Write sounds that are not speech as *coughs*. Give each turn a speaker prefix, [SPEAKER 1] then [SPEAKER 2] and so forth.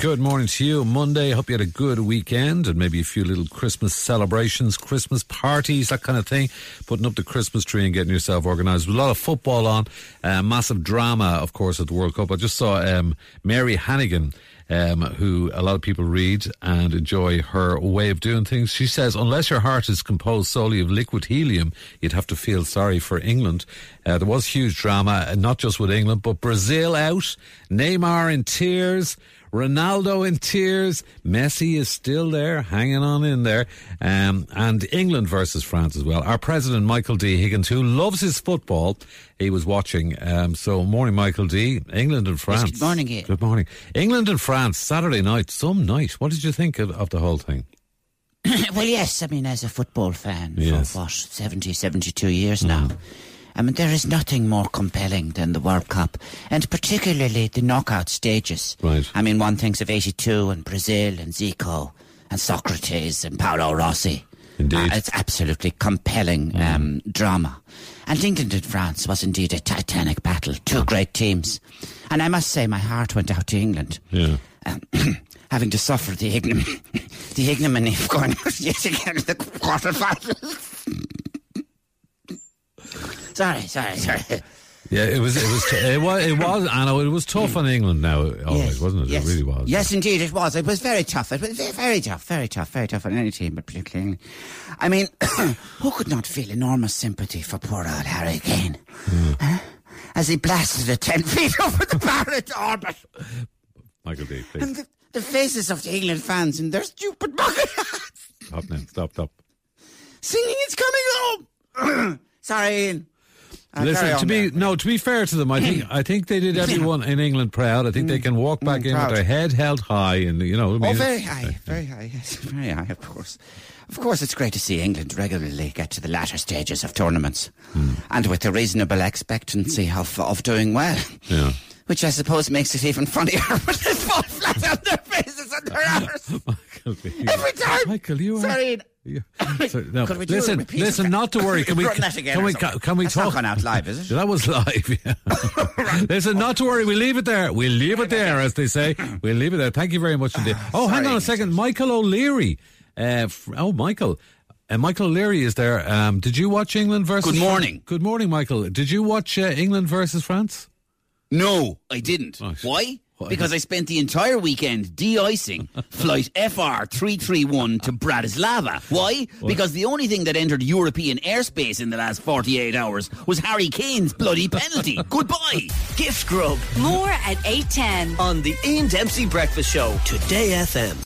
[SPEAKER 1] Good morning to you. Monday. Hope you had a good weekend and maybe a few little Christmas celebrations, Christmas parties, that kind of thing. Putting up the Christmas tree and getting yourself organised. A lot of football on. Uh, massive drama, of course, at the World Cup. I just saw um, Mary Hannigan um, who a lot of people read and enjoy her way of doing things. She says, unless your heart is composed solely of liquid helium, you'd have to feel sorry for England. Uh, there was huge drama, and not just with England, but Brazil out, Neymar in tears. Ronaldo in tears. Messi is still there, hanging on in there. Um, and England versus France as well. Our president, Michael D. Higgins, who loves his football, he was watching. Um, so, morning, Michael D. England and France.
[SPEAKER 2] good morning, Ian.
[SPEAKER 1] Good morning. England and France, Saturday night, some night. What did you think of, of the whole thing?
[SPEAKER 2] *laughs* well, yes, I mean, as a football fan
[SPEAKER 1] Yes. Mm.
[SPEAKER 2] for what, 70, 72 years now, I mean, there is nothing more compelling than the World Cup, and particularly the knockout stages.
[SPEAKER 1] Right.
[SPEAKER 2] I mean, one thinks of 82 and Brazil and Zico and Socrates and Paolo Rossi.
[SPEAKER 1] Indeed. Mm.
[SPEAKER 2] Uh, it's absolutely compelling um, drama. And England and France was indeed a titanic battle, two great teams. And I must say, my heart went out to England
[SPEAKER 1] Yeah.
[SPEAKER 2] um, having to suffer the ignominy, *laughs* the ignominy of going *laughs* out yet again to the quarterfinals. sorry, sorry, sorry.
[SPEAKER 1] Yeah, it was, it was, t- it was, it was, I know, it was tough on England now, always,
[SPEAKER 2] Yes,
[SPEAKER 1] wasn't Oh, it?
[SPEAKER 2] Yes.
[SPEAKER 1] It really was.
[SPEAKER 2] Yes, indeed, it was. It was very tough. It was very, very tough, very tough, very tough on any team, but particularly England. I mean, *coughs* who could not feel enormous sympathy for poor old Harry Kane?
[SPEAKER 1] Hmm.
[SPEAKER 2] Huh? As he blasted it 10 feet *laughs* over the bar at orbit.
[SPEAKER 1] Michael D, please.
[SPEAKER 2] And the, the faces of the England fans in their stupid *laughs* bucket hats.
[SPEAKER 1] Stop now. Stop, stop.
[SPEAKER 2] singing "It's Coming Home." *clears throat* Sorry, Ian. Uh, carry
[SPEAKER 1] Listen,
[SPEAKER 2] on
[SPEAKER 1] to be
[SPEAKER 2] there.
[SPEAKER 1] no, to be fair to them, I think I think they did everyone in England proud. I think they can walk back in
[SPEAKER 2] Mm, proud.
[SPEAKER 1] with their head held high, and you know, I mean, *laughs*
[SPEAKER 2] Oh, very high, very high, yes, *laughs* very high, of course. Of course, it's great to see England regularly get to the latter stages of tournaments,
[SPEAKER 1] Hmm.
[SPEAKER 2] and with a reasonable expectancy of, of doing well.
[SPEAKER 1] Yeah.
[SPEAKER 2] Which I suppose makes it even funnier *laughs* when they fall flat on their faces and their arse.
[SPEAKER 1] Michael, you-
[SPEAKER 2] Every time!
[SPEAKER 1] Michael, you are.
[SPEAKER 2] Sorry, Ian.
[SPEAKER 1] Yeah. Sorry, no.
[SPEAKER 2] Could we do a
[SPEAKER 1] Listen,
[SPEAKER 2] repeat of
[SPEAKER 1] listen,
[SPEAKER 2] that?
[SPEAKER 1] not to worry. Can we?
[SPEAKER 2] *laughs* Run that again
[SPEAKER 1] Can
[SPEAKER 2] or
[SPEAKER 1] we?
[SPEAKER 2] something.
[SPEAKER 1] Can we
[SPEAKER 2] That's not
[SPEAKER 1] talk?
[SPEAKER 2] gone out live, is
[SPEAKER 1] *laughs*
[SPEAKER 2] it?
[SPEAKER 1] That was live. Yeah. Listen, not to worry. We leave it there. We leave it there, as
[SPEAKER 3] *laughs*
[SPEAKER 1] they say. We leave it there. Thank you very much
[SPEAKER 3] Ah,
[SPEAKER 1] indeed. Oh, hang on
[SPEAKER 2] sorry,
[SPEAKER 1] a
[SPEAKER 2] Ian.
[SPEAKER 1] second, Michael O'Leary. Uh, fr- oh, Michael. Uh, Michael O'Leary is there. Um, did you watch England versus?
[SPEAKER 3] Good
[SPEAKER 1] Fran-
[SPEAKER 3] morning.
[SPEAKER 1] Good morning, Michael. Did you watch uh, England versus France?
[SPEAKER 3] No, I didn't.
[SPEAKER 1] Right.
[SPEAKER 3] Why?
[SPEAKER 1] Why?
[SPEAKER 3] Because I spent the entire weekend *laughs* de-icing flight FR three three one to Bratislava. Why? Because the only thing that entered European airspace in the last forty eight hours was Harry Kane's bloody *laughs* penalty. Goodbye.
[SPEAKER 4] Gift Grub
[SPEAKER 5] More at 810.
[SPEAKER 4] on the Ian Dempsey Breakfast Show, Today FM.